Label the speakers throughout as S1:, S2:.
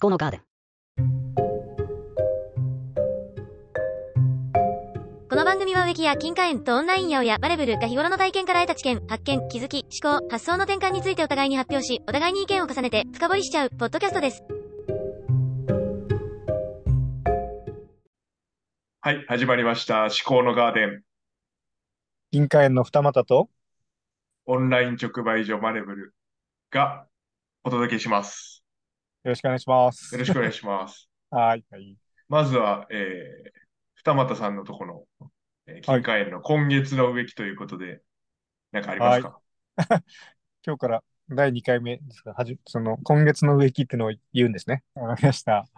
S1: 考のガーデン
S2: この番組は植木や金貨園とオンラインややバレブルが日頃の体験から得た知見、発見、気づき、思考、発想の転換についてお互いに発表し、お互いに意見を重ねて深掘りしちゃう、ポッドキャストです。
S3: はい、始まりました。思考のガーデン、
S4: 銀貨園の二股と、
S3: オンライン直売所マレブルがお届けします。
S4: よろしくお願いします
S3: よ。ろしくお願いします。
S4: はい。はい。
S3: まずは、えー、二俣さんのところの、えー、金貨園の今月の植木ということで、なんかありますか
S4: 今日から第2回目ですが、はじ、その、今月の植木ってのを言うんですね。わかりました。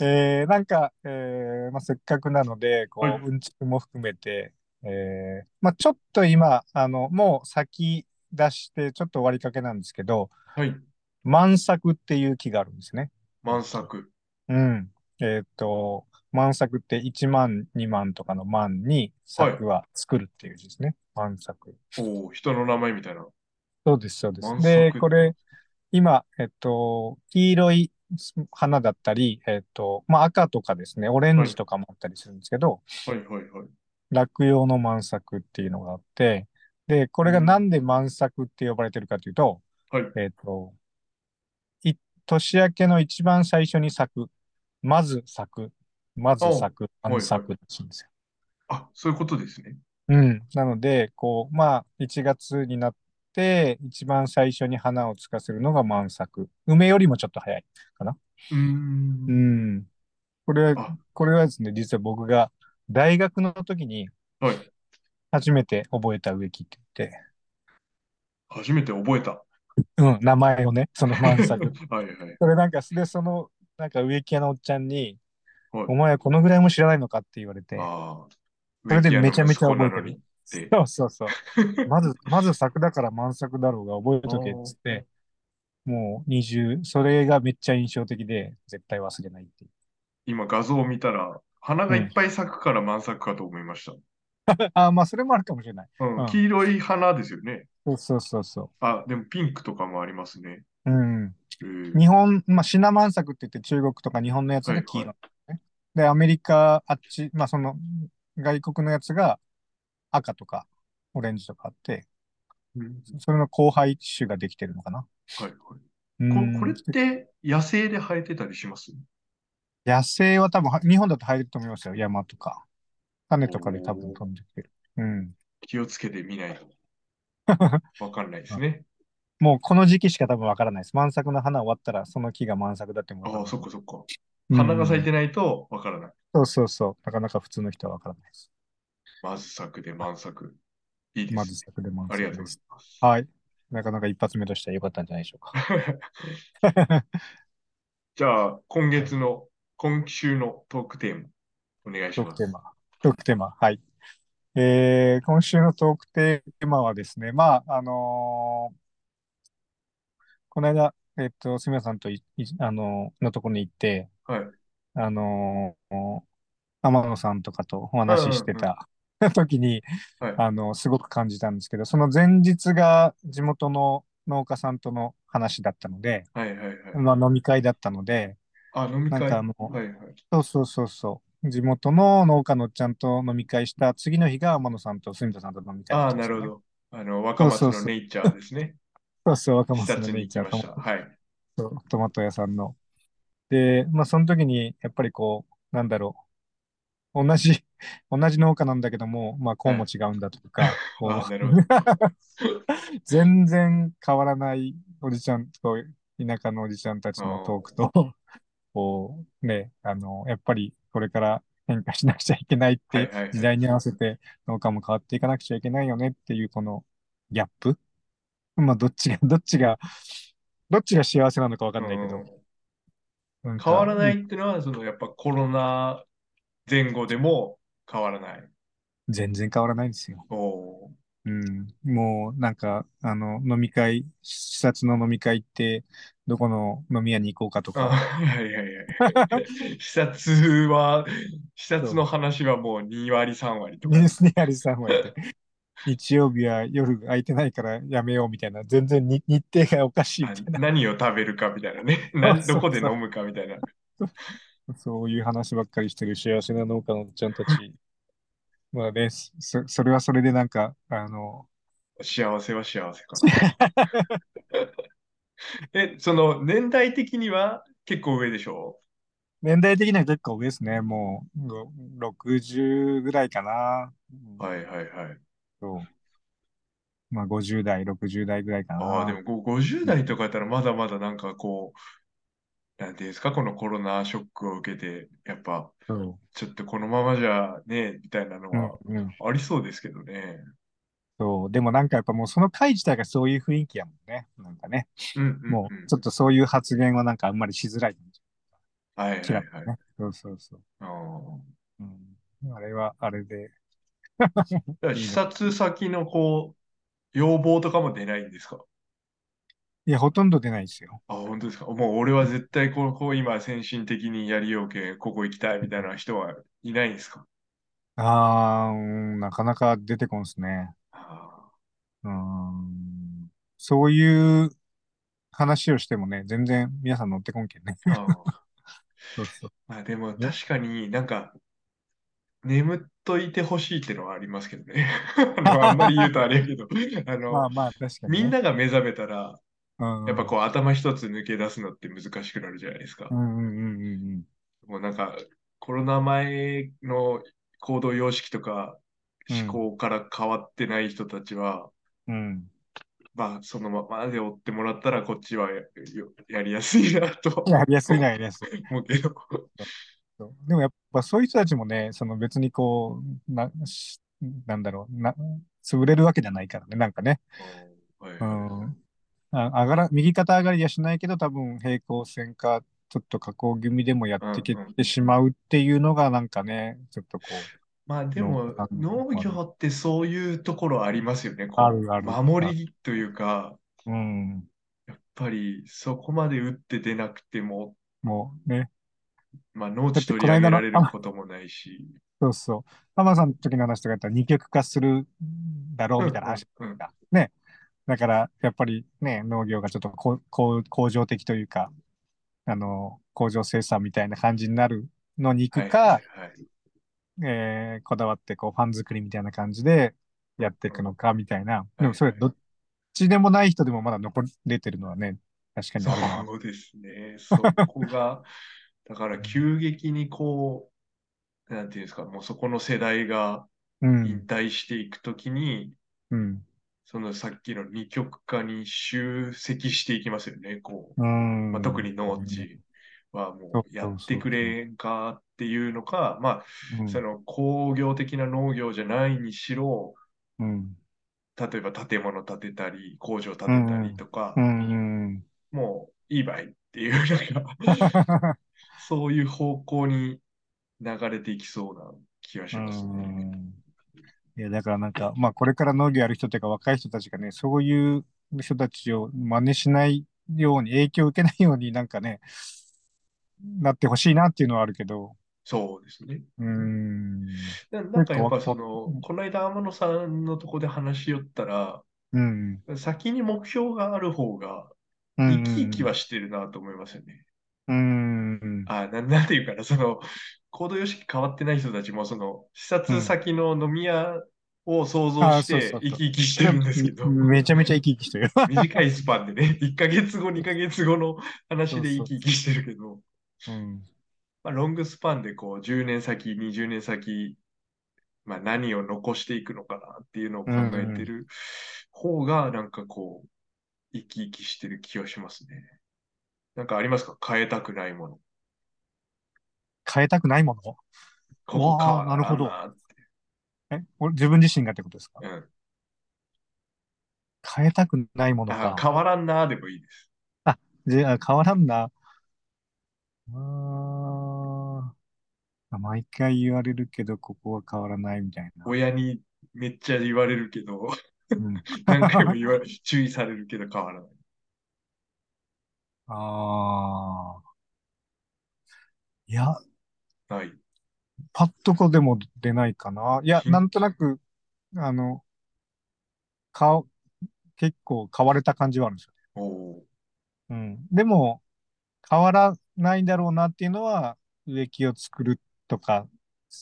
S4: えー、なんか、えー、まあ、せっかくなので、こ、
S3: はいう
S4: うんちくも含めて、えー、まあ、ちょっと今、あの、もう先出して、ちょっと終わりかけなんですけど、
S3: はい、
S4: 満作っていう木があるんですね。
S3: 満作。
S4: うん。えっと、満作って1万、2万とかの万に、作は作るっていう字ですね。満作。
S3: おお、人の名前みたいな。
S4: そうです、そうで
S3: 満
S4: す。で、
S3: 足
S4: これ、今、えっと、黄色い花だったり、えっと、まあ、赤とかですね、オレンジとかもあったりするんですけど、
S3: はいはいはい。
S4: 落葉の満作っていうのがあって、で、これがなんで満作って呼ばれてるかというと、
S3: はい
S4: えっと、い、年明けの一番最初に咲く、まず咲く、まず咲く、
S3: おう
S4: 満作らしいんですよ。
S3: あ、そういうことですね。
S4: うん。なので、こう、まあ、1月になって、一番最初に花をつかせるのが満作。梅よりもちょっと早い。
S3: うーん
S4: う。ん。これ
S3: あ
S4: は、これはですね、実は僕が大学の時に
S3: はい。
S4: 初めて覚えた植木って言って、
S3: 初めて覚えた。
S4: うん、名前をね、その満作。
S3: はいはい。
S4: それなんか、で、その、なんか植木屋のおっちゃんに、
S3: はい
S4: お前はこのぐらいも知らないのかって言われて、
S3: ああ。
S4: それでめちゃめちゃ覚えて
S3: 植木屋の息子な
S4: る
S3: のにって。
S4: そうそうそう。まず、まず作だから満作だろうが覚えとけっつって、もう20、それがめっちゃ印象的で、絶対忘れないっていう。
S3: 今画像を見たら、花がいっぱい咲くから満作かと思いました。
S4: ああ、まあそれもあるかもしれない。
S3: うん
S4: うん
S3: 黄色い花ですよね。
S4: そうそうそうそ
S3: あ、でもピンクとかもありますね。
S4: う。うん。
S3: えー
S4: 日本、まあシナマン作って言って中国とか日本のやつが黄色、ねで、アメリカ、あっち、まあその、外国のやつが赤とかオレンジとかあって、
S3: うん
S4: それの交配種ができてるのかな。
S3: はいは
S4: う
S3: い、こ
S4: ん
S3: これって野生で生えてたりします
S4: 野生は多分は、日本だと入ると思いますよ。山とか。種とかで多分飛んできてる。うん。
S3: 気をつけてみ ないとわかんないですね。
S4: もうこの時期しか多分わからないです。満作の花終わったら、その木が満作だってもうわから
S3: あ
S4: な
S3: あ、
S4: い
S3: そっかそっか。
S4: うん
S3: 花が咲いてないとわからない。
S4: そうそうそう。なかなか普通の人はわからないです。
S3: まず作で満作。いいで
S4: ますず。作で満
S3: ありが
S4: 作
S3: とうご
S4: で
S3: ざい
S4: す。はい。なかなか一発目としては良かったんじゃないでしょう
S3: ます。
S4: か。
S3: じゃあ、今月の、今週のトークテーマ、お願いし
S4: トー
S3: ま
S4: ク
S3: す。
S4: テーマ。トークテーマ。はい。えー、今週のトークテーマはですね、まあ、あのーこの間、えっと、すみさんとい、いあのーのところに行って、
S3: はい
S4: あのー天野さんとかとお話ししてた 時に、
S3: はい
S4: あのーすごく感じたんですけど、その前日が地元の農家さんとの話だったので、
S3: はいはいはい。
S4: まあ、飲み会だったので、
S3: あ、飲み会。
S4: なんかあの
S3: はいはい。
S4: そうそうそうそう。地元の農家のおっちゃんと飲み会した次の日が天野さんと住田さんと飲み会
S3: あ
S4: だっ
S3: あ、
S4: たんで
S3: な
S4: すよ
S3: る
S4: ね
S3: ほ。ど。あの、若松
S4: そう
S3: の
S4: そうそう
S3: ネイチャーですね。
S4: そうそう、 若
S3: 視
S4: 松の
S3: 察
S4: ね
S3: に行きました。はい。
S4: トマトトマト屋さんの。で、まあその時にやっぱりこう、なんだろう。同じ、 同じ農家なんだけども、まあこうも違うんだとか、こう
S3: ああ、なるほど。
S4: 全然変わらないおじちゃんと、田舎のおじちゃんたちのトークと、 こう、ね、あの、やっぱりこれから変化しなくちゃいけないっ
S3: はい
S4: て
S3: はいはい、
S4: 時代に合わせて農家も変わっていかなくちゃいけないよねっていうこのギャップ。まあ、どっちが、ど っちが、どっちが幸せなのかわかんないけど。なんか
S3: 変わらないってのは、そのやっぱコロナ前後でも変わらない。
S4: 全然変わらないんですよ。
S3: おお
S4: うん、もうなんか、あの、飲み会、視察の飲み会って、どこの飲み屋に行こうかと
S3: ー。あ、
S4: か、
S3: はいはいはい。 視察は、視察の話はもう2割3割とか。
S4: ニュースにありさんもやって、 日曜日は夜空いてないからやめようみたいな、全然に日程がおかしいみたいな、
S3: 何を食べるかみたいなね。な
S4: そうそう
S3: どこで飲むかみたいな。
S4: そういう話ばっかりしてる幸せな農家のおっちゃんたち。まあね、そ、それはそれでなんか、あの、
S3: 幸せは幸せか な。え、その年代的には結構上でしょ
S4: 年代的には結構上ですね。もう、ご60ぐらいかな。うん
S3: はいはいはい。
S4: そう。まあ、50代、60代ぐらいか
S3: ああ、で
S4: な。
S3: もこう50代とかやったらまだまだなんかこう、なんていうんですか、このコロナショックを受けて、やっぱ
S4: そ
S3: ちょっとこのままじゃね、みたいなの
S4: う。
S3: は
S4: うん、うん。
S3: ありそうですけどね。
S4: そう。でもなんかやっぱもうその会自体がそういう雰囲気やもんね。なんかね。
S3: うんうんうん
S4: もう、ちょっとそういう発言はなんかあんまりしづらい。
S3: はいはい
S4: 嫌い
S3: はい。
S4: ね。そうそうそう。
S3: あー
S4: うん。あれは、あれで。
S3: だから視察先のこう、要望とかも出ないんですか
S4: いや、ほとんど出ないですよ。
S3: あ、本当ですか。もう俺は絶対こう、こう今先進的にやりようけ、ここ行きたいみたいな人はいないんですか
S4: あー、うんなかなか出てこんですね。
S3: あ
S4: うん。そういう話をしてもね、全然皆さん乗ってこんけんね。
S3: ー あー。
S4: そうそう。
S3: まあでも確かになんか、眠っといてほしいってのはありますけどね。 あの あんまり言うとあれやけど、あの、
S4: まあまあ、確かに
S3: み
S4: ね、
S3: んなが目覚めたら、
S4: うん、
S3: やっぱこう頭一つ抜け出すのって難しくなるじゃないですか
S4: う。。うんうんうんうんうん。
S3: もうなんか、コロナ前の行動様式とか
S4: うん
S3: 思考から変わってない人たちは、
S4: うん。
S3: まあ、そのままで追ってもらったら、こっちはやよやりやすいなと
S4: やりやすいな、やりやすい。
S3: 思うけど。
S4: そうでもやっぱそういう人たちもね、その別にこう、な、しなんだろう、な、潰れるわけじゃないからね、なんかね。
S3: はいはい
S4: うん。あ、上がら、右肩上がりはしないけど、多分平行線か、ちょっと下降気味でもやってき
S3: うんうん
S4: てしまうっていうのが、なんかね、ちょっとこ
S3: まあでも、農
S4: 農業
S3: 業ってそういうところありますよね。こう
S4: あるある
S3: 守りというか、
S4: う、うん、
S3: やっぱりそこまで打って出なくても、
S4: もうね、
S3: まあ農地取り上げられることもないし。
S4: そうそう。ママさんの時の話とかやったら二極化するだろうみたいな話
S3: うんうんうん
S4: だ。ね。だから、やっぱりね、農業がちょっとこうこう向上的というか、あの、向上生産みたいな感じになるのに行くか、
S3: はいはいはい
S4: えーこだわってこうファン作りみたいな感じでやっていくのかみたいな。でもそれどっちでもない人でもまだ残れてるのはね、確かにあるな。
S3: そうですね。そこが、だから急激にこう、なんていうんですか、もうそこの世代が
S4: う
S3: 引
S4: ん。
S3: 退していくときに、
S4: うん。
S3: そのさっきの二極化に集積していきますよね。こう、
S4: うん。
S3: まあ、特に農地は
S4: そう
S3: も
S4: そう
S3: うやってくれんかっていうのか、ま
S4: う
S3: あ、
S4: ん。
S3: その工業的な農業じゃないにしろ、
S4: うん。
S3: 例えば建物建てたり、工場建てたりとか
S4: う、ん。
S3: もういいばいっていう、なんか、 そういう方向に流れていきそうな気 がしますね。
S4: いや、だからなんか、まあこれから農業やる人というか若い人たちがね、そういう人たちを真似しないように、影響を受けないようになんかね、なってほしいなっていうのはあるけど、
S3: そうですね。
S4: うん。
S3: ななんかやっぱそ
S4: うん
S3: の、この間天野さんのとこで話し寄ったら、
S4: うん。
S3: 先に目標がある方が、
S4: う
S3: 生
S4: ん
S3: き生きはしてるなと思いますよね。
S4: うん。
S3: あな、なんていうかな、その、行動様式変わってない人たちも、その、視察先の飲み屋を想像
S4: あ
S3: し
S4: そう
S3: て
S4: そうそう
S3: 生き生きしてるんですけど、
S4: めちゃめちゃ生き生きしてる。
S3: 短いスパンでね、1ヶ月後、2ヶ月後の話で生き生きしてるけど、
S4: うん。
S3: まあ、ロングスパンでこう、10年先、20年先、まあ、何を残していくのかなっていうのを考えてる方が、なんかこう、生き生きしてる気がしますね。なんかありますか変えたくないもの。
S4: 変えたくないもの
S3: ここ変わら
S4: わあなるほど
S3: なって
S4: え俺自分自身がってことですか
S3: うん、
S4: 変えたくないもの
S3: あ
S4: か。
S3: 変わらんなでもいいです。
S4: じゃあ変わらんな。うーん。あ毎回言われるけど、ここは変わらないみたいな。
S3: 親にめっちゃ言われるけど、
S4: うん
S3: 何回も言 わ注意されるけど変わらない。
S4: ああ。いや、
S3: ない。
S4: パッとこでも出ないかな。いや、
S3: うん
S4: なんとなく、あの、か、結構買われた感じはあるんですよ。
S3: おー
S4: うん。でも、変わらないんだろうなっていうのは、植木を作るとか、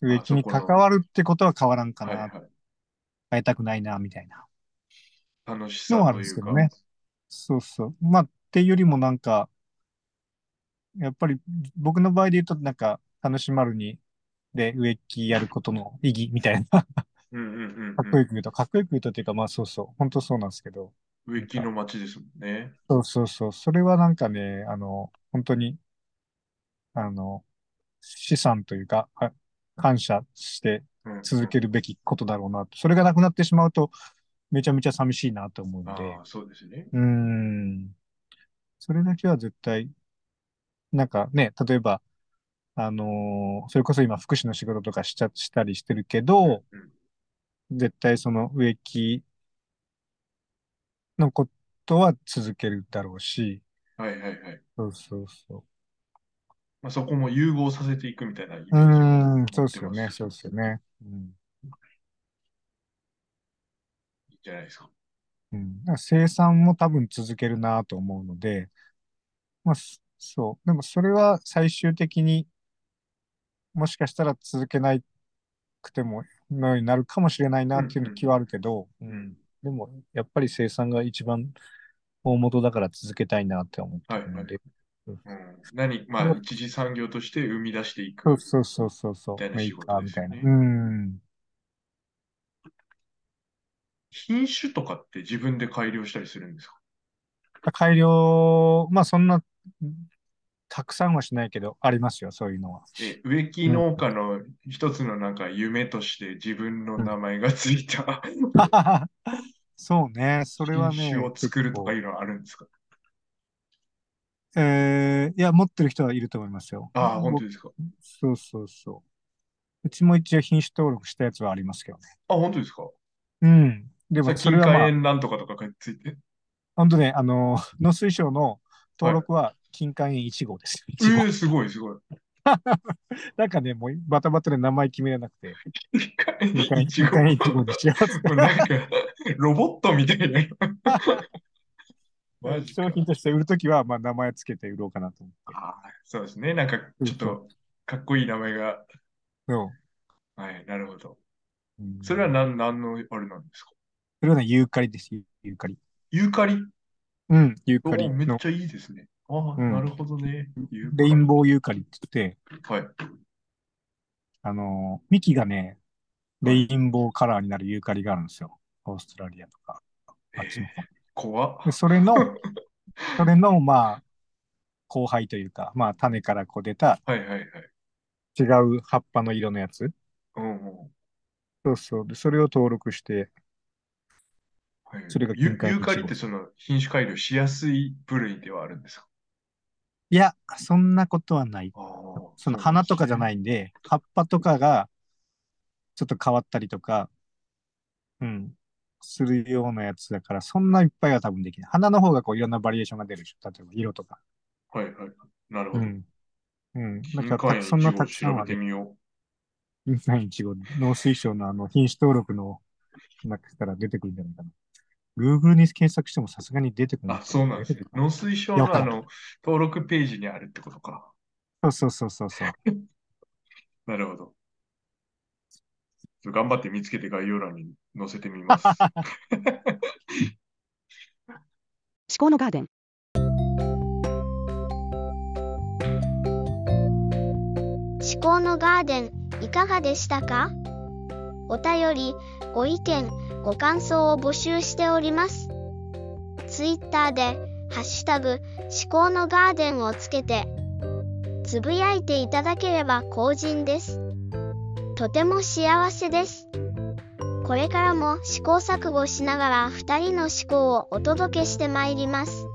S4: 植木に関わるってことは変わらんか
S3: はいは
S4: な、
S3: い。
S4: 変えたくないな、みたいな
S3: 楽し
S4: のは
S3: さ
S4: ある
S3: と
S4: んで
S3: い
S4: す
S3: う
S4: け
S3: か。
S4: どね。そうそう。まあ、っていうよりもなんか、やっぱり僕の場合で言うと、なんか、楽しまるに、で、植木やることの意義みたいな、か
S3: うんうんうん
S4: っ
S3: う
S4: こ
S3: ん。
S4: よく言うと、かっこよく言うとっていうか、まあそうそう、本当そうなんですけど、
S3: 植木の街ですもんね。
S4: そうそうそう、それはなんかね、あの、本当に、あの、資産というか、あ感謝して
S3: うんうん
S4: 続けるべきことだろうなと。それがなくなってしまうと、めちゃめちゃ寂しいなと思うんで。
S3: ああ、そうですね。
S4: うーん。それだけは絶対、なんかね、例えば、あのーそれこそ今福祉の仕事とかしちゃ、したりしてるけど、
S3: うん
S4: 絶対その植木のことは続けるだろうし、
S3: はいはいはい。
S4: そうそうそ
S3: まあ、そこも融合させていくみたいなイメージ
S4: う。うーん、そうです
S3: 持
S4: よ
S3: って
S4: ね、
S3: ます
S4: そうですよね。うん。
S3: いいじゃないですか。
S4: うん、だから生産も多分続けるなと思うので、まあ、そそう。でもそれは最終的にもしかしたら続けなくてものようになるかもしれないなっていう気はあるけど、
S3: ん
S4: うんでもやっぱり生産が一番大元だから続けたいなって思ってるので、
S3: うん、何、まあ、一次産業として生み出していく。
S4: そうそうそうそうそう
S3: みたい、な
S4: メ
S3: 仕
S4: ーカー
S3: 事で
S4: み
S3: す
S4: た
S3: よ
S4: い
S3: ね
S4: な。うん。
S3: 品種とかって自分で改良したりするんですか
S4: 改良、まあそんな、たくさんはしないけど、ありますよ、そういうのは。
S3: え植木農家の一つのなんか夢として自分の名前がついた
S4: そうね、それは
S3: 品
S4: ね。
S3: 種を作るとかい
S4: 結
S3: うのはあるんですか
S4: 構えーいや、持ってる人はいると思いますよ。
S3: ああ、本当
S4: 僕
S3: ですか
S4: そうそうそう。うちも一応品種登録したやつはありますけどね。
S3: あ、本当ですか
S4: うん。で
S3: さ
S4: も、
S3: っき
S4: それはまあ、
S3: 園なんとかとかがついて。
S4: 本当ね、あの、農水省の登録は金柑園1号です。
S3: え
S4: 1号
S3: ー、すごいす ごい。
S4: なんかね、もうバタバタで名前決めれなく て、
S3: 一回
S4: 金柑園
S3: 一
S4: 金
S3: 号
S4: 柑園1号にしようって
S3: もう なんか、ロボットみたい な。マジか
S4: 商。品として売るときは、まあ、名前つけて売ろうかなと思って。
S3: あーそうですね。なんか、ちょっと、かっこいい名前が。
S4: そ
S3: はい、なるほど。
S4: う。うん
S3: それは何、何のあれなんですか
S4: それはね、ユーカリです、ユーカリ。
S3: ユーカリ
S4: うん、ユー
S3: お
S4: カリ
S3: ーめっ
S4: の、
S3: ちゃいいですね。ああ、
S4: うん
S3: なるほどね。ユーカ
S4: レインボーユーカリって言って、
S3: はい。
S4: あのー、幹がね、レインボーカラーになるユーカリがあるんですよ。オーストラリアとか。あっちの方
S3: 怖っ。
S4: でそれの、それの、まあ、後輩というか、まあ、種からこう出た
S3: はいはいはい。
S4: 違う葉っぱの色のやつ。
S3: うんうん。
S4: そうそう。で、それを登録して、
S3: はい、
S4: それが
S3: ユ
S4: 金塊
S3: ユ
S4: イチゴ
S3: ーカリってその品種改良しやすい部類ではあるんですか
S4: いや、そんなことはない。
S3: ああ。
S4: その花とかじゃ
S3: い。
S4: ないんで、葉っぱとかがちょっと変わったりとか、うん、するようなやつだから、そんないっぱいは多分できない。花の方がこういろんなバリエーションが出るでしょ。例えば色とか。
S3: はいはい。なるほ
S4: う
S3: ど。
S4: ん。うん。だ
S3: 金
S4: から
S3: 塊
S4: た、
S3: の
S4: そんな
S3: イチゴ
S4: たくさん
S3: 調
S4: は
S3: べて
S4: ね、
S3: みよ
S4: 金柑イチゴ、農水省のあの品種登録の中から出てくるんじゃないかな。Google に検索してもさすがに出てく
S3: う。
S4: る。
S3: あ、そうなんですね。農水省
S4: よ
S3: の
S4: か
S3: あ
S4: った
S3: の、登録ページにあるってことか。
S4: そうそうそうそうそう。
S3: なるほど。頑張って見つけて概要欄に載せてみます。
S1: 思考のガーデン。
S5: 思考のガーデンいかがでしたかお便りご意見ご感想を募集しておりますツイッターで「ハッシュタグ思考のガーデン」をつけてつぶやいていただければ幸甚ですとても幸せですこれからも試行錯誤しながら2人の思考をお届けしてまいります